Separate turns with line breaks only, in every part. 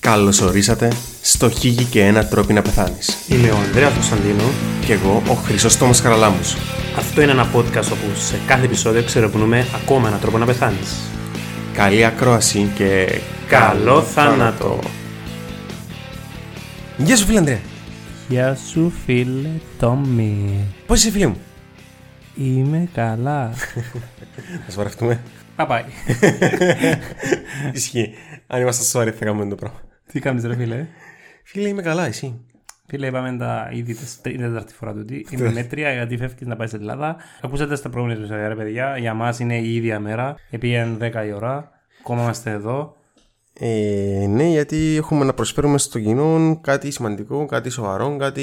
Καλώς ορίσατε στο Χίγη και ένα τρόπο να πεθάνεις.
Είμαι ο Ανδρέας Κωνσταντίνο.
Κι εγώ ο Χρυσόστομος Χαραλάμπους.
Αυτό είναι ένα podcast όπου σε κάθε επεισόδιο ξερευνούμε ακόμα έναν τρόπο να πεθάνεις.
Καλή ακρόαση και...
Καλό θάνατο.
Γεια σου φίλε Ανδρέα.
Γεια σου φίλε Τόμι.
Πώς είσαι φίλε μου.
Είμαι καλά.
Θα σοβαρευτούμε.
Παπάει.
Ισχύει. Αν είμαστε σοβαροί θα κάνουμε το πράγμα.
Τι κάνεις ρε φίλε.
Φίλε είμαι καλά εσύ.
Φίλε είπαμε τα ήδη τες- την τέταρτη φορά του ότι είναι μέτρια γιατί φεύγεις να πάεις στην Ελλάδα. Ακούσατε στα προηγούμενα επεισόδια ρε παιδιά. Για μας είναι η ίδια μέρα. Επήγαινε 10 η ώρα. Ακόμα είμαστε εδώ.
Ε, ναι, γιατί έχουμε να προσφέρουμε στο κοινό κάτι σημαντικό, κάτι σοβαρό, κάτι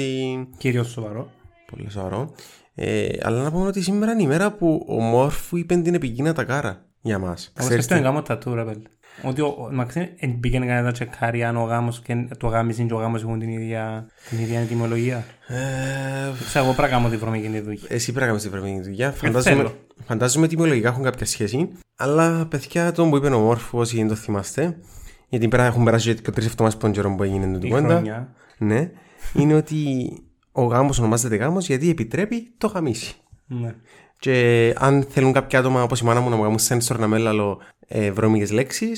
Κυρίως σοβαρό.
Πολύ σοβαρό. Ε, αλλά να πούμε ότι σήμερα είναι η μέρα που ο Μόρφου είπε την επικίνα τα κάρα για μας.
Όμως πες να κάνω τατού ρε παιδί. Ότι ο- ο Μαξίν εν πήγαινε κανένα να τσεκάρει αν ο γάμος και το γάμις είναι και ο γάμος έχουν την ίδια, την ίδια ετοιμολογία. Ξέρω εγώ πράγμα ότι βρούμε γίνει δουλειά.
Ε, εσύ πρέπει να κάνει την πραγματική δουλειά. Φαντάζομαι,
Ε, θέλω.
φαντάζομαι τιμολογικά έχουν κάποια σχέση. Αλλά παιδιά, τον που είπε ο Μόρφου, όσοι δεν το θυμάστε, γιατί πέρα έχουν περάσει και τρεις εβδομάδες τον καιρό που έγινε την
Η
κουβέντα.
χρονιά.
Ναι, είναι ότι ο γάμος ονομάζεται γάμος γιατί επιτρέπει το γαμίσει.
Ναι.
Και αν θέλουν κάποια άτομα όπως η μάνα μου να μου κάνουν sensor να μέλαλω ε, βρώμικες λέξεις.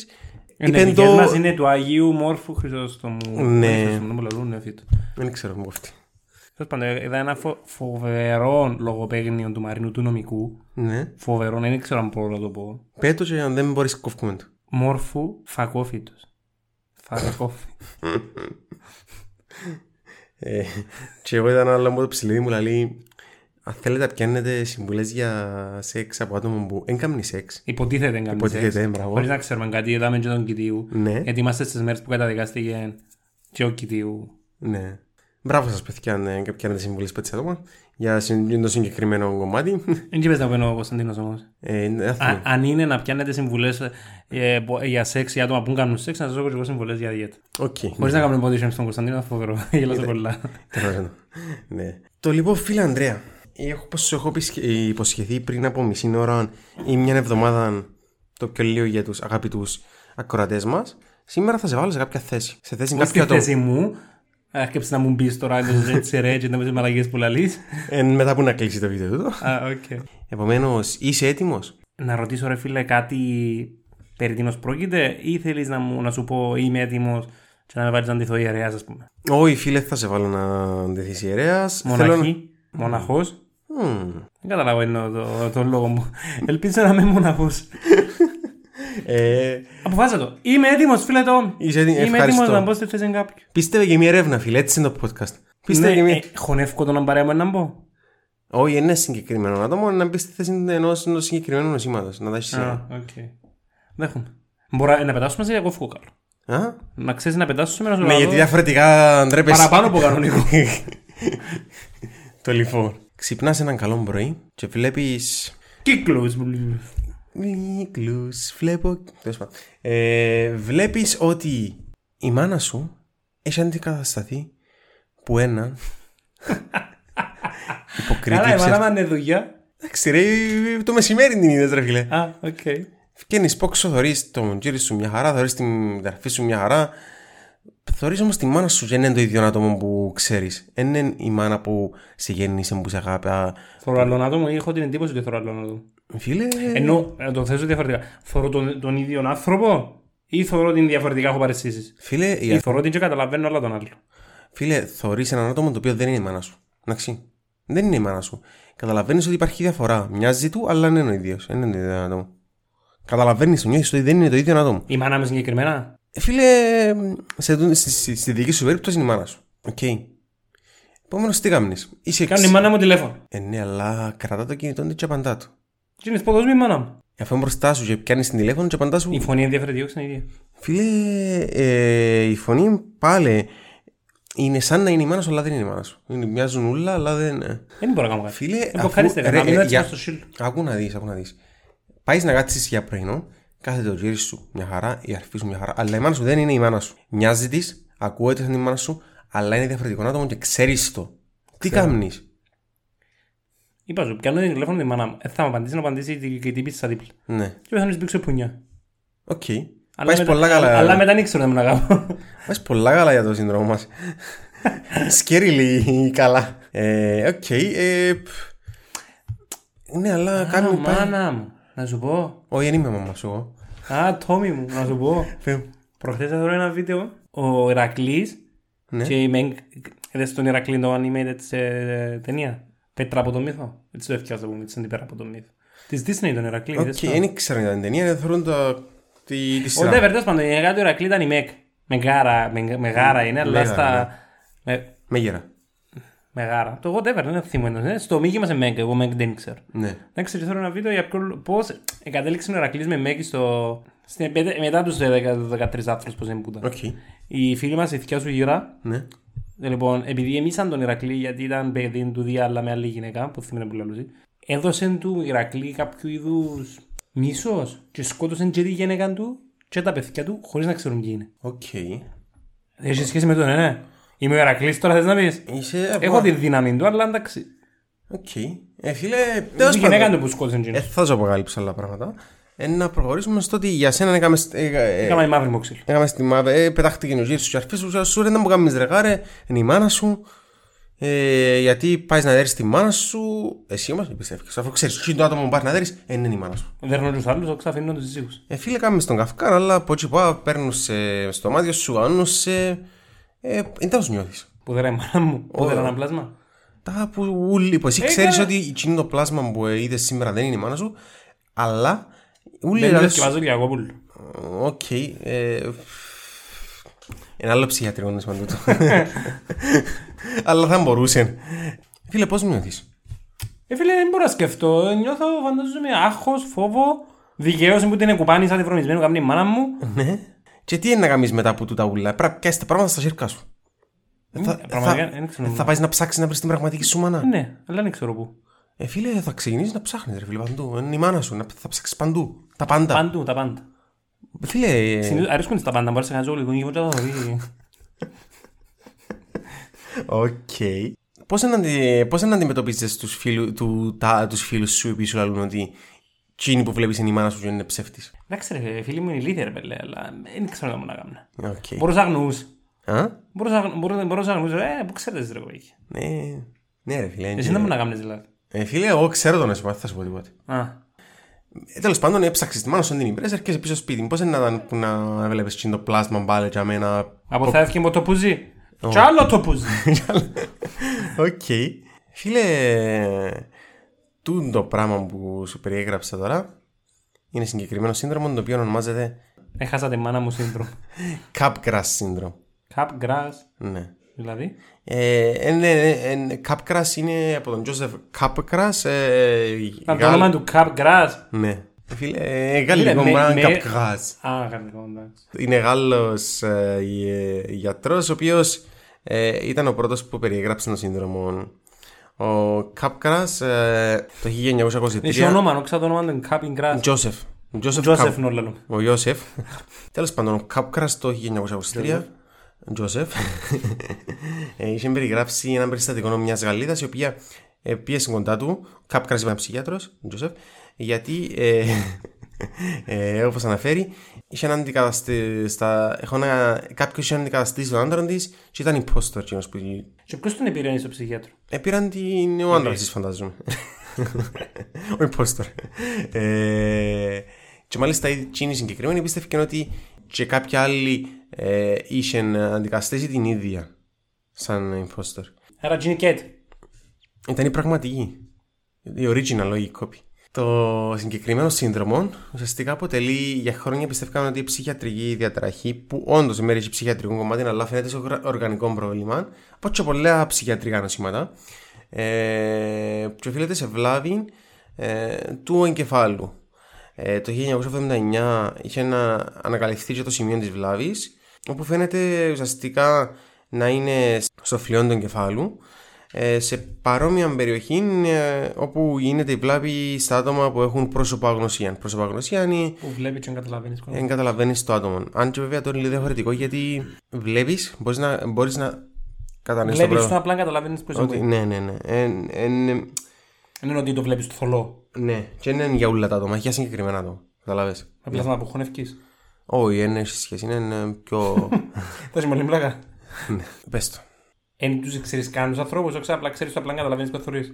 Οι το... μας είναι του Αγίου Μόρφου Χρυσόστομου.
Ναι.
Χρυσόστομου, μου λαλούν, ναι, φύτο.
Δεν ξέρω μου αυτή.
Τέλος πάντων, ε, είδα ένα φο- φοβερό λογοπαίγνιο του Μαρινού του νομικού.
Ναι.
Φοβερό, δεν ξέρω αν μπορώ να το πω.
Πέτω και αν δεν μπορείς κόφουμε το.
Μόρφου φακόφιτος. Φακόφι.
Ε, και εγώ ήταν άλλο από το ψηλίδι μου λέει αν θέλετε να πιάνετε συμβουλές για σεξ από άτομα που δεν κάνουν σεξ.
Υποτίθεται κάποιος.
Υποτίθεται, μπράβο.
Χωρίς Ε, να ξέρουμε κάτι, είδαμε και τον Κιτίου.
Ναι.
Γιατί είμαστε στις μέρες που καταδικάστηκε και ο Κιτίου.
Ναι. Μπράβο σας παιδιά αν ε, πιάνετε συμβουλές από τις άτομα για συν- το συγκεκριμένο κομμάτι.
Δεν είπες να παίρνω ο Κωνσταντίνος όμως.
Ε, ναι, θα
Α,
θυμώ.
αν είναι να πιάνετε συμβουλές ε, πο- για σεξ για άτομα που κάνουν σεξ, να σας δώσω και εγώ συμβουλές για διέτα.
Οκ. ναι,
Χωρίς να κάνουμε body shaming στον Κωνσταντίνο, φοβερό. Γελάσα πολλά.
Καταλαβαίνω. ναι. Το λοιπόν, φίλε Ανδρέα, έχω, πως σου έχω πισ- υποσχεθεί πριν από μισή ώρα ή μια εβδομάδα το πιο λίγο για τους αγαπητούς ακροατές μας, σήμερα θα σε βάλω σε κάποια θέση. Σε θέση
Στη
κάποιου ατόμου.
θέση μου, άρχιψε Ε, να μου μπεις τώρα το έτσι ρε και να πεις μαλαγίες που λαλείς.
Ε, μετά που να κλείσει το βίντεο του.
Α, οκ.
Επομένως, είσαι έτοιμος.
Να ρωτήσω ρε φίλε κάτι περί τίνος πρόκειται ή θέλεις να, μου, να σου πω είμαι έτοιμος και να με βάλεις να ντυθώ ιερέας ας πούμε.
Όχι, φίλε, θα σε βάλω να ντεθείς ιερέας. Θέλω
Μοναχή, μοναχός.
να- Μμμ.
Δεν καταλαβαίνω το, τον λόγο μου. Ελπίζω να είμαι μοναχός.
Ε,
Αποφάσισα το. Είμαι έτοιμος φίλε το.
Είσαι έτοιμος.
Είμαι
Ε, Ευχαριστώ.
έτοιμος να μπω στη θέση κάποιου.
πίστευε και μια έρευνα, φίλε, έτσι είναι το podcast. Πίστευε και
ναι,
μια...
ε, χωνεύκω τον παρέα μου να μπω.
Όχι, είναι συγκεκριμένο άτομο, να μπει στη θέση ενός ενός συγκεκριμένου νοσήματος. Να δάσεις
Α,
ιερέα.
οκ. Δέχομαι. Μπορώ να πετάσουμε σε διακόφυγο καλό.
Α,
Να ξέρεις να πετάσουμε ένα
Ναι, γιατί διαφορετικά ντρέπεσαι.
Παραπάνω από κανονικό.
το λοιπόν. Ξυπνάς έναν καλό πρωί και βλέπεις.
Κύκλος.
Μίκλου, βλέπω. Τέλος πάντων. Ε, βλέπεις ότι η μάνα σου έχει αντικατασταθεί που έναν. υποκριτή
Καλά, η μάνα
ψεύτη.
μου είναι δουλειά.
Εντάξει, ρε, το μεσημέρι την είδες, ρε φίλε.
Α, οκ.
Βγαίνεις πόξο, θωρείς τον τζίρι σου μια χαρά, θωρείς την τραφή σου μια χαρά. Θωρεί όμως τη μάνα σου, δεν είναι το ίδιο άτομο που ξέρεις. Δεν είναι η μάνα που σε γέννησε, που σε αγάπη.
Θωρώ άλλον άτομο, έχω την εντύπωση ότι θωρώ άλλον άτομο.
Φίλε.
Ενώ, να Ε, το θέσω διαφορετικά. Θωρώ τον, τον ίδιο άνθρωπο ή θωρώ την διαφορετικά, έχω παρεσθήσει.
Φίλε, η
Ή
α-
θωρώ την και καταλαβαίνω όλα τον άλλο.
φίλε θωρεί έναν άτομο το οποίο δεν είναι η μάνα σου. Εντάξει. Δεν είναι η μάνα σου. Καταλαβαίνεις ότι υπάρχει διαφορά. Μοιάζει του, αλλά δεν είναι ο ίδιος. Δεν είναι το ίδιο άτομο. Καταλαβαίνεις, το νιώθεις ότι δεν είναι το ίδιο άτομο.
Η μάνα μου συγκεκριμένα.
Ε, Φίλε, σε, τούτη- στη, στη, στη δική σου περίπτωση είναι η μάνα σου. Οκ. Επόμενος, τι κάνει. Είσαι
Κάνει η μάνα μου τηλέφωνο.
Ε, ναι, αλλά κρατά το κινητό δεν και απαντά του.
Τι είναι σποδοσμή η μάνα μου.
Ε, Αφού είναι μπροστά σου και πιάνεις την τηλέφωνο και απαντάς σου.
Η φωνή είναι διαφορετική, όχι είναι η ίδια.
Φίλε, ε, η φωνή πάλι είναι σαν να είναι η μάνα σου, αλλά δεν είναι η μάνα σου. Είναι, μοιάζουν όλα, αλλά δεν. ε.
Δεν μπορώ να κάνω κάτι.
Φίλε,
Δεν μπλοκάριστε,
ρε,
να μην
ε,
έτσι
για-
στο σύλλο.
Άκου να δεις, άκου να δεις. Πάεις να κάτσεις για πρωινό, κάθε το γύρι σου μια χαρά, η αρφή σου μια χαρά. Αλλά η μάνα σου δεν είναι η μάνα σου. Μοιάζει της, ακούεται σαν η μάνα σου, αλλά είναι διαφορετικό άτομο και ξέρεις το. Τι κάνεις.
Είπα σου, πιάνω την τηλέφωνο τη μάνα μου. Ε, θα μου απαντήσει να απαντήσει και η τύπη στα δίπλα.
Ναι,
Και θα μου πήξω πουνιά.
οκ.
Αλλά
Πάεις
μετά-
πολλά καλά.
Αλλά μετά δεν ήξερα να γάμω.
Μας πολλά καλά για το σύνδρομο μας. Σκέρι λίγη καλά. Ε, Οκ. ε, π. ναι, αλλά
Α,
κάνει πάλι.
Μάνα μου, να σου πω.
Όχι, δεν είμαι μαμάς σου εγώ.
Α, Τόμι μου, να σου πω.
Φεύγω.
Προχθές έδωσα ένα βίντεο. Ο Ηρακλής
Ναι.
και η Μέγ... Δες τον Ηρακλή το animated σε ε, ταινία. Πέτρα από το μύθο. Έτσι το έφτιαξα που μου έτσι είναι πέρα από το μύθο. Της Disney τον Ηρακλή.
Οκ,
δες το.
δεν ήξερα για την ταινία, δεν θεωρούν τα... Τη, τη
Ο
σειρά.
Ντέβερ, τέλος πάντων, η γάτα του Ηρακλή ήταν η Μέγ. Μεγάρα, μεγ- μεγάρα είναι, αλλά
Μέγαρα, ναι.
στα... με-
Με γέρα.
Μεγάρα. Το Whatever, δεν θυμώ εντός. Στο Μίγη μας Μέγ, εγώ Μέγ δεν ξέρω.
Ναι.
Εντάξει, και θέλω ένα βίντεο για ποιο, πώς εγκατέληξε ο Ερακλής με Μέγη στο... στην- μετά τους 10-13 άνθρωπους που δεν
Οκ.
πούταν. Η φίλη μας, η θεία σου γύρα,
Ναι.
λοιπόν, επειδή εμίσαν τον Ηρακλή γιατί ήταν παιδί του δία αλλά με άλλη γυναίκα, που θυμίζει που λαλούσε, έδωσε του Ηρακλή κάποιο είδους μίσος και σκότωσε και τη γυναίκα του και τα παιδιά του χωρίς να ξέρουν ποιοι είναι.
Οκ.
Έχει σχέση με τον, ναι, ναι. Είμαι ο Ηρακλής τώρα, θες να πεις.
Είσαι...
Έχω τη δύναμη του, αλλά εντάξει.
Οκ. Ε, φίλε,
Η
τέλος
γυναίκα
πάντων.
του που σκότωσε την
Ε,
γυναίκα.
θα σου αποκάλυψα άλλα πράγματα. Ε, να προχωρήσουμε στο ότι για σένα έκαμε... σ- ε, ε,
Έκανα η μαύρη μου ξύλο.
Έκαμε στη μάδα, ε, πετάχτηκε ο γύρι σου και αρχίσει σου, σου ρε, να μου κάνεις ρε γάρε, είναι η μάνα σου. Ε, γιατί πάεις να δέρεις τη μάνα σου, εσύ όμως εμπιστεύκες. Αφού ξέρεις, εσύ το άτομο που πάει να δέρεις, ε, είναι η μάνα σου.
Δέρνω τους άλλους, όξα αφήνω τους ζύγους.
Ε, φίλε, κάμε στον καυκάρ, αλλά από εκεί πάω, παίρνουν σε, στο μάτι σου, κάνουν σε... Ε, δεν τα σου νιώθεις.
Που δεν είναι μάνα μου, που δεν είναι ένα πλάσμα.
Τα που ούλοι, που εσύ ξέρεις
Ε, καλά.
ότι εκείνο το πλάσμα που ε, είδες σήμερα δεν είναι η μάνα σου, αλλά... Ούλοι,
Δεν
λαλούν
είναι
σου,
σκευάζω Λιακόπουλο.
Οκ. ε, Ένα άλλο ψυχιατρικό νησμα τούτο. Αλλά θα μπορούσε. Φίλε, πώς νιώθεις.
Ε, φίλε, δεν μπορώ να σκεφτώ. Νιώθω, φαντάζομαι, άγχος, φόβο, δικαίωση που την εκουπάνησα τη βρωμισμένη, κάμνη η μάνα μου.
Ναι. Και τι είναι να κάνεις μετά από τούτα ούλα. Πρέπει να πιάσεις τα πράγματα στα χέρια σου. Θα-
Ε, πραγματικά,
θα-
δεν ξέρω.
Θα πάεις να ψάξεις να βρεις την πραγματική σου μάνα.
Ναι, αλλά δεν ξέρω πού.
Ε, φίλε, θα ξεκινήσεις να ψάχνεις ρε φίλε παντού. Είναι η μάνα σου. να- Θα ψάξεις παντού. Τα πάντα.
Παντού, τα πάντα.
Φίλε, ε,
Συνήθως αρέσκουν τις τα πάντα, μπορείς να κάνεις όλο λίγο και θα το δεις.
Οκ. Πώς να, αντι- πώς να αντιμετωπίζεις τους, φίλου, του, τα, τους φίλους σου επίσης λαλούν ότι εκείνη που βλέπεις είναι η μάνα σου και είναι ψεύτης.
Εντάξει ρε, φίλοι μου είναι ηλίθιοι ρε πέλε, αλλά δεν ξέρω να μου να κάνω.
Οκ.
Μπορούσα αγνοούς.
Α,
Μπορούσα αγνου- μπορούσα- μπορούσα αγνούς, ε, πού ξέρετε ρε κοίτα.
ναι. Ναι ρε φίλε.
Εσύ
είναι-
δεν μου να κάνεις δηλαδή.
Ε, φίλε, εγώ ξέρω τον εσύ, δεν θα σου πω τίποτα.
Α,
Ε, τέλος πάντων, έψαξες τη μάνα σου αν την υπηρέσεις, έρχεσαι πίσω σπίτι. μου. Πώς είναι να ήταν που να βλέπεις εκείνο το πλάσμα μπάλε για μένα.
Από θα έφυγε μου το πουζί. Κι άλλο το πουζί.
Οκ. Φίλε, τούτο το πράγμα που σου περιέγραψα τώρα είναι συγκεκριμένο σύνδρομο το οποίο ονομάζεται
Έχασα τη μάνα μου σύνδρομο.
Capgras syndrome.
Καπ γκρας,
Ναι.
δηλαδή.
Ε, ε, ναι, ναι, ε, Capgras είναι από τον Joseph Capgras. Ε,
Να το
Γάλλ-
όνομα του Καπ γκρας.
Ναι. Φίλε, ε, γαλλικό
Φίλε, με-
μπραν
με-
Capgras.
Α, γαλλικό, εντάξει.
Είναι Γάλλος ε, γε- γιατρός, ο οποίος ε, ήταν ο πρώτος που περιέγραψε τον σύνδρομο. Ο Capgras ε, το
Έχει
1923.
όνομα, όξα το όνομα του Κάπιν Κράς.
Joseph. Joseph
Τζόσεφ
Cap-
Νόλαλο.
Ο Ιώσεφ. Τέλος πάντων, ο Κάπκρα το 1923. Τζόσεφ. ε, είχε περιγράψει ένα περιστατικό μιας Γαλλίδας η οποία ε, πίεσε κοντά του. Κάπκρα ήταν ψυχιάτρο, Τζόσεφ. Γιατί, ε, ε, όπως αναφέρει, είχε έναν αντικαταστή, στα, έχω ένα, κάποιος είχε αντικαταστήσει τον άντρα της και ήταν υπόστορ εκείνος που
Και ποιος τον επηρεάζει στο ψυχίατρο.
ε, πήραν την ο άντρας της, φαντάζομαι. ο υπόστορ. Ε, και μάλιστα η Τσίνη συγκεκριμένη πίστευκε ότι και κάποια άλλοι ε, είχε αντικαταστήσει την ίδια σαν υπόστορ.
Άρα Τζίνι Κέτ.
Ήταν η πραγματική. Η original, όχι η copy. Το συγκεκριμένο σύνδρομο ουσιαστικά αποτελεί για χρόνια πιστεύκαμε ότι η ψυχιατρική διαταραχή που όντως μέρη έχει ψυχιατρικό κομμάτι αλλά φαίνεται σε οργα- οργανικό πρόβλημα από και πολλά ψυχιατρικά νοσήματα ε, και οφείλεται σε βλάβη ε, του εγκεφάλου. Ε, το 1979 είχε να ανακαλυφθεί και το σημείο της βλάβης όπου φαίνεται ουσιαστικά να είναι στο φλοιόν του εγκεφάλου ε, σε παρόμοια περιοχή ε, όπου γίνεται η βλάβη στα άτομα που έχουν πρόσωπο αγνωσία. Πρόσωπο αγνωσία είναι
Που βλέπεις και καταλαβαίνεις.
δεν καταλαβαίνει το άτομο. Αν και βέβαια τώρα είναι λίγο διαφορετικό γιατί βλέπεις, μπορείς να, μπορείς να κατανοήσεις το
Βλέπεις
πράγμα.
τον απλά καταλαβαίνεις πώς
Ότι,
είναι.
ναι, ναι, ναι. Ε, ε, ναι.
Δεν είναι ότι το βλέπεις το θολό.
ναι. Και δεν είναι για όλα τα άτομα, για συγκεκριμένα άτομα. Καταλάβες.
Με πλάσμα που χωνευκείς.
Όχι, δεν έχει σχέση. Είναι ε, πιο.
Θα σου πλάκα.
ναι. Πες το.
Εν τους ξέρεις καν τους ανθρώπους, όχι απλά ξέρεις απλά καταλαβαίνεις ποιο θεωρεί.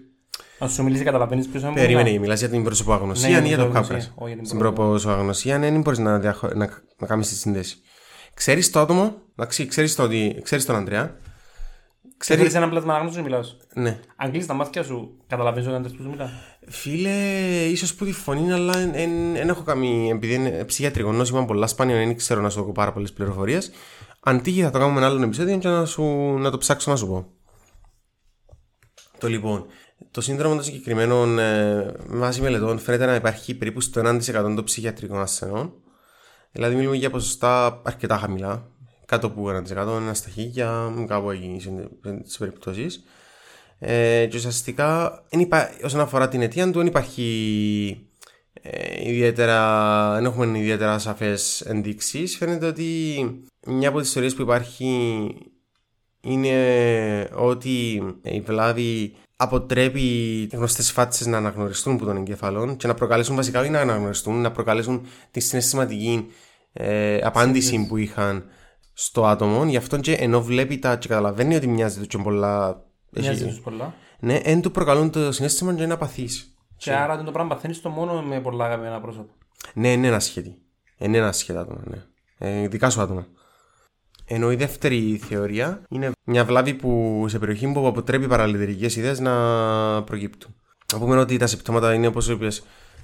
Αν σου μιλήσει, καταλαβαίνεις ποιος είναι.
Περίμενε, μιλάς για την
Ναι,
προσωποαγνωσία
για
ή για
την
το
προσωπαγνωσία.
κάπρα.
Όχι, για την
Στην προσωποαγνωσία ναι, δεν μπορείς να, διαχω... να, να κάνεις τη σύνδεση. Ξέρεις το άτομο, εντάξει, ξέρεις το ότι... ξέρεις τον Αντρέα.
Ξέρει
Ξέρεις...
ένα πλάσμα να γνωρίζει, μιλάς.
Ναι.
Αν κλείσει τα μάτια σου, καταλαβαίνεις ότι άντρες που σου μιλά.
Φίλε, ίσως που τη φωνή, αλλά δεν έχω καμία. Επειδή είναι ψυχιατρικό νόσημα, πολλά σπάνια δεν ξέρω να σου δω πάρα πολλές πληροφορίες. Αντί θα το κάνουμε ένα άλλο επεισόδιο και να, σου, να το ψάξω να σου πω. Το λοιπόν, το σύνδρομο των συγκεκριμένων ε, βάσει μελετών φαίνεται να υπάρχει περίπου στο 1% των ψυχιατρικών ασθενών. Δηλαδή, μιλούμε για ποσοστά αρκετά χαμηλά, κάτω από 1%, ένα στα χίλια, κάπου εκεί σε περιπτώσεις. Ε, και ουσιαστικά εν υπά- όσον αφορά την αιτία του δεν υπάρχει ε, ιδιαίτερα, δεν έχουμε ιδιαίτερα σαφές ενδείξεις φαίνεται ότι μια από τις ιστορίες που υπάρχει είναι ότι η βλάβη αποτρέπει γνωστές φάτσες να αναγνωριστούν που των εγκεφαλών και να προκαλέσουν βασικά όχι να αναγνωριστούν, να προκαλέσουν τη συναισθηματική ε, απάντηση που είχαν στο άτομο. Γι' αυτό και ενώ βλέπει τα και καταλαβαίνει ότι μοιάζει του και πολλά... έχει-
Μοιάζει τους πολλά.
ναι, εν του προκαλούν το συνέστημα και να παθείς.
Και άρα το πράγμα παθαίνεις το μόνο με πολλά αγαπημένα πρόσωπα.
Ναι, είναι ένα σχέδι. Ε, Είναι ένα σχέδι άτομα, ναι. Ε, δικά σου άτομα. Ενώ η δεύτερη θεωρία είναι μια βλάβη που σε περιοχή που αποτρέπει παραλυτηρικέ ιδέες να προκύπτουν. Να πούμε ότι τα συμπτώματα είναι όπως είπε,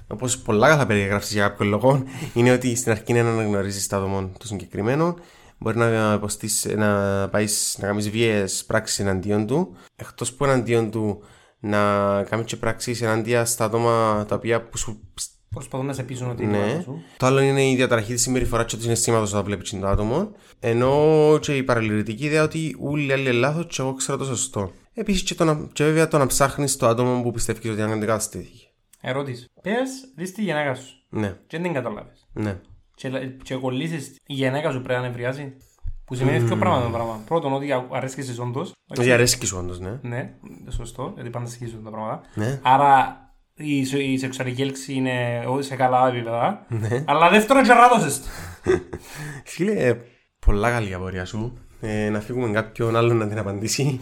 όπω πολλά καλά περιγράφει για κάποιον λόγο, είναι ότι στην αρχή είναι να αναγνωρίζεις τα άτομα του συγκεκριμένου, μπορεί να, υποστείς, να πάεις να κάνεις βίαιες πράξεις εναντίον του, εκτός που εναντίον του να κάνεις και πράξεις εναντίον στα άτομα τα οποία που σου
Προσπαθούν να σε πείσουν ότι είναι
ναι.
μόνος σου.
Το άλλο είναι η διαταραχή της συμπεριφορά και του συναισθήματο όταν βλέπεις το άτομο. Ενώ και η παραλυρητική ιδέα ότι όλοι οι άλλοι είναι λάθος και εγώ ξέρω το σωστό. Επίσης και, το να- και βέβαια το να ψάχνεις το άτομο που πιστεύεις ότι αντικαταστήθηκε.
Ερώτηση. Πες, δεις τη γενέκα σου.
Ναι,
Και δεν την καταλάβει.
ναι.
Και, λα- και κολλήσεις η γενέκα σου πρέπει να νευριάζει. Που σημαίνει πιο πράγματα το πράγμα. Πρώτον, ότι α- αρέσκεσαι όντω.
Δηλαδή αρέσκει σου όντως, ναι.
Ναι, σωστό, γιατί πάντα σχίζουν τα πράγματα.
Ναι.
Άρα η, σε- η σεξουαλική έλξη είναι ό,τι σε καλά επίπεδα. Αλλά δεύτερον, τζαράδωσε.
ναι. Φίλε, πολλά καλή η απορία σου. Ε, να φύγουμε κάποιον άλλον να την απαντήσει.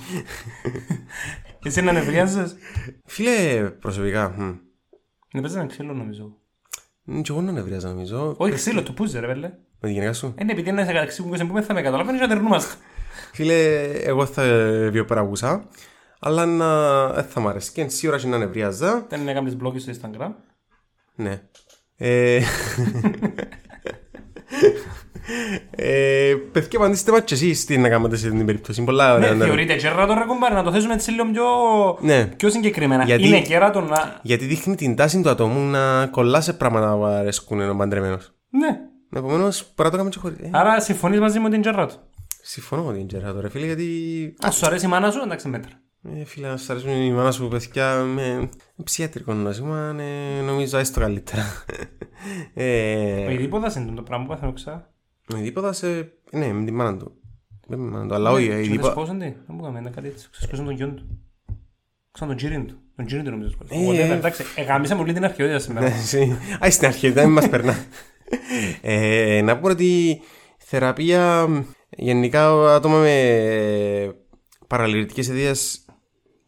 Εσύ να νευριάζει.
Φίλε, προσωπικά. μ,
Ναι, παίζει ένα ξύλο νομίζω.
μ, Κι εγώ να νευρίαζα νομίζω.
Όχι ξύλο, το πούζε, ρε πέλε.
Με τη γυναίκα σου.
Είναι επειδή είναι σε καταξύπου και πούμε θα με καταλαβαίνεις να τερνούμαστε.
Φίλε, εγώ θα βιοπαραγούσα, αλλά να... ε, θα μ' αρέσει και σίγουρα και να νευρίαζα.
Δεν είναι κάνεις blog στο Instagram.
Ναι. Ε... ε, παιδιά, απαντήστε μας και εσείς τι να κάνετε σε την περίπτωση. Πολλά ωραία.
Ναι,
να-
θεωρείται κέρατο ρε κουμπάρε, να το θέσουμε έτσι λίγο πιο...
Ναι.
πιο συγκεκριμένα.
Γιατί-
Είναι κέρατο να...
Γιατί δείχνει την τάση του ατόμου να κολλά σε πράγματα που αρέσκουν ενώ παντρεμένος.
Ναι.
Επομένω, μπορεί να το κάνουμε και χωρίς. Ε,
Άρα συμφωνείς μαζί μου ότι είναι κέρατο.
συμφωνώ με την Τζεράτο, ρε φίλε, γιατί.
Αν σου αρέσει η μάνα σου, εντάξει μέτρα.
Ε, φίλε, να σας αρέσουν η μάνα σου παιδιά με ψιατρικό νόσημα, ε, νομίζω άρεσε το καλύτερα. ε,
Ο ειδήποδας είναι το πράγμα που πάθαινε ξά.
Ο Ειδήποδα, ε, ναι, με τη μάνα του. Με τη μάνα του, αλλά όχι. ε,
Ναι, Και
η
Δεν
Ειδήπο-
σπώσαν τη. Δεν μου έκαμε κάτι έτσι. Ξεσκώσαν τον γιον του. Ξαν τον τζίριν του. Τον τζίριν του νομίζω σκότωσαν.
Ε,
Whatever,
ε.
Εντάξει, εγάμισαμε όλη την αρχαιότητα σήμερα.
Ναι, Α, στην αρχή, δεν μας περνά. Ε, να πούμε ότι θεραπεία γενικά άτομα με παραλυρητικές αιτίες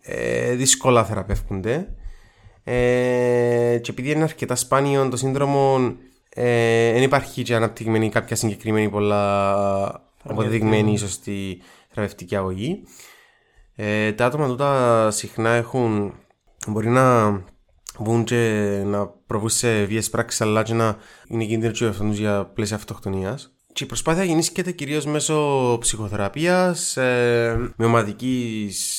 Ε, δύσκολα θεραπεύκονται. Ε, και επειδή είναι αρκετά σπάνιο το σύνδρομο, ε, δεν υπάρχει και αναπτυγμένη κάποια συγκεκριμένη πολλά αποδεδειγμένη σωστή θεραπευτική αγωγή. Ε, τα άτομα τούτα συχνά έχουν. μπορεί να βγουν και να προβούν σε βίες πράξεις αλλά και να είναι κίνδυνο και ο εαυτός τους για πλαίσια αυτοκτονίας. Και η προσπάθεια γεννήσκεται κυρίως μέσω ψυχοθεραπείας, ε, με ομαδικής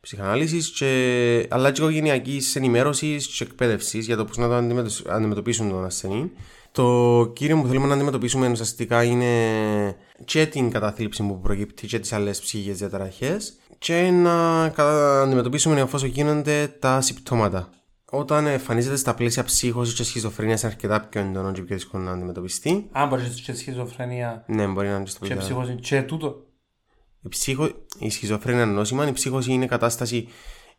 ψυχανάλυσης και, αλλά και οικογενειακής ενημέρωσης και εκπαίδευσης για το πώς να το αντιμετωσ- αντιμετωπίσουν τον ασθενή. Το κύριο που θέλουμε να αντιμετωπίσουμε ουσιαστικά είναι και την καταθλίψη που προκύπτει και τις άλλες ψυχικές διαταραχές και να κατα- αντιμετωπίσουμε εφόσον γίνονται τα συμπτώματα. Όταν εμφανίζεται στα πλαίσια ψύχωσης και σχιζοφρenia είναι αρκετά πιο έντονο και πιο δύσκολο να αντιμετωπιστεί.
Αν μπορείς και σχιζοφρενία
Ναι, μπορεί να είναι και στο
και
πλαίσιο.
ψυχόση και τούτο.
Η, ψύχο... η σχιζοφρένεια είναι νόσημα, η ψύχωση είναι κατάσταση,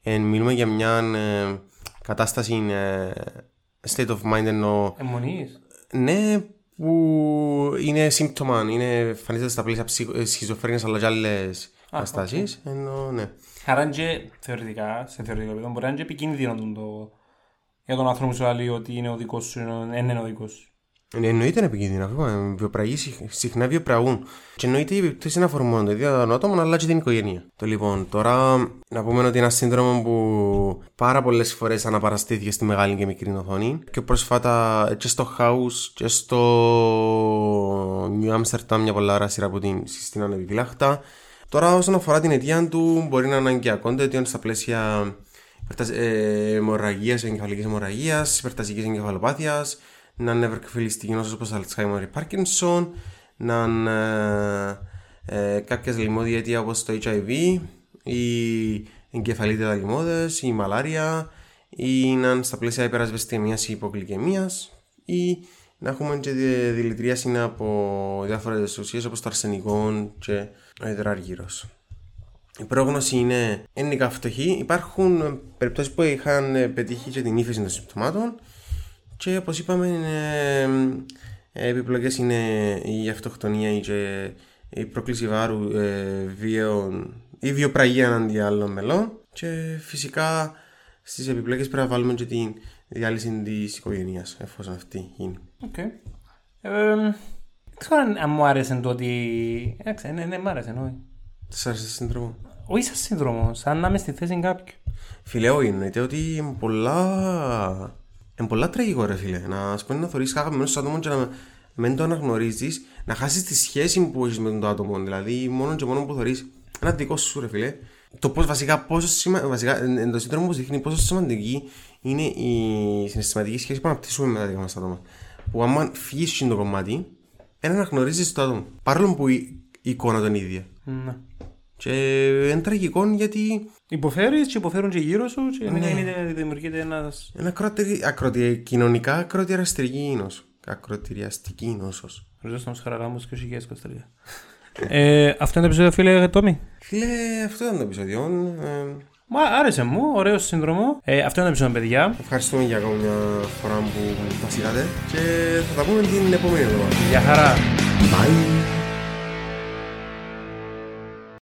ε, μιλούμε για μια ε, κατάσταση ε, state of mind ενώ
Εμμονείς.
ναι, που είναι σύμπτωμα, είναι, εμφανίζεται στα πλαίσια ψυχο- ε, σχιζοφρένειας αλλά και άλλες αστάσεις. Ενώ, ναι.
Άρα είναι και θεωρητικά, σε θεωρητικό επίπεδο, μπορεί να είναι και επικίνδυνο τον το... για τον άνθρωπο που σου λέει ότι είναι ο δικός σου, ενώ δεν είναι ο δικός σου.
Ε, εννοείται είναι επικίνδυνο αυτό. ε, Βιοπραγεί συ- συχνά βιοπραγούν. Και εννοείται οι επιπτώσεις να αφορμούν το ίδιο των ατόμων αλλά και την οικογένεια. Το λοιπόν, τώρα να πούμε ότι είναι ένα σύνδρομο που πάρα πολλές φορές αναπαραστήθηκε στη μεγάλη και μικρή οθόνη. Και πρόσφατα ε, και στο House και στο New Amsterdam μια πολλά ώρα σειρά που την συστήναν επιπλάχτα. Τώρα, όσον αφορά την αιτία του, μπορεί να είναι αγκιακόνται αιτίων στα πλαίσια ε, αιμορραγίας, εγκεφαλικής αιμορραγίας, υπερτασική εγκεφαλοπάθειας, να είναι ευρωκεφιλιστική νόσο όπως Alzheimer ή Parkinson, να είναι ε, κάποια λοιμώδη αίτια όπως το HIV, η εγκεφαλίτιδα λοιμώδες, η μαλάρια, ή να είναι στα πλαίσια υπερασβεστημίας ή υποκλικαιμία, ή να έχουμε και δε- δηλητηρίαση από διάφορες ουσίες όπως το αρσενικό και ο υδραργύρος. Η πρόγνωση είναι ένικα φτωχή. Υπάρχουν ε, περιπτώσεις που είχαν ε, πετύχει και την ύφεση των συμπτωμάτων και όπως είπαμε ε, ε, επιπλοκές είναι η αυτοκτονία ή και η πρόκληση βάρου ε, βίαιων ή βιοπραγία αντί άλλων μελών και φυσικά στις επιπλοκές πρέπει να βάλουμε και την διάλυση της οικογένειας εφόσον αυτή γίνει.
Οκ. Ε, ε, Δεν ξέρω αν- αν μου άρεσε το ότι... Ε, ξέρω, ναι, ναι, μ' άρεσε, όχι.
Σας άρεσε σύντροφο.
Όχι σαν σύνδρομο, σαν να είμαι στη θέση κάποιου.
Φίλε, όχι, εννοείται ότι είναι πολλά. Είναι πολλά τραγικό, ρε φίλε. Να σου πω να θεωρεί αγαπημένο σου άτομο και να μην το αναγνωρίζεις, να χάσεις τη σχέση που έχεις με το άτομο. Δηλαδή, μόνο και μόνο που θεωρεί ένα δικό σου, ρε φίλε. Το πώς βασικά, πόσο σημα... βασικά εν- εν- το σύνδρομο που δείχνει πόσο σημαντική είναι η συναισθηματική σχέση που αναπτύσσουμε με τα δικά μα άτομα. Που άμα φύγεις το κομμάτι, δεν αναγνωρίζεις το άτομο. Παρόλο που η η εικόνα τον ίδια.
Ναι.
Και είναι τραγικό γιατί
Υποφέρεις και υποφέρουν και γύρω σου και γίνεται- δημιουργείται ένας...
Ένα ακροτηρι... ακροτι... κοινωνικά ακροτηριαστική νόσο. Ακροτηριαστική νόσος.
Ριζόστομος Χαραλάμπος και ο Σιγιάς Κωνσταντία. Ε, Αυτό είναι το επεισόδιο, φίλε Τόμι.
Φίλε, αυτό ήταν το επεισόδιο. Ε,
Μα άρεσε μου, ωραίο σύνδρομο. Ε, αυτό είναι το επεισόδιο, παιδιά.
ευχαριστούμε για ακόμη μια φορά που μας είδατε και θα τα πούμε την επόμενη εβδομάδα.
Γεια χαρά.
Bye!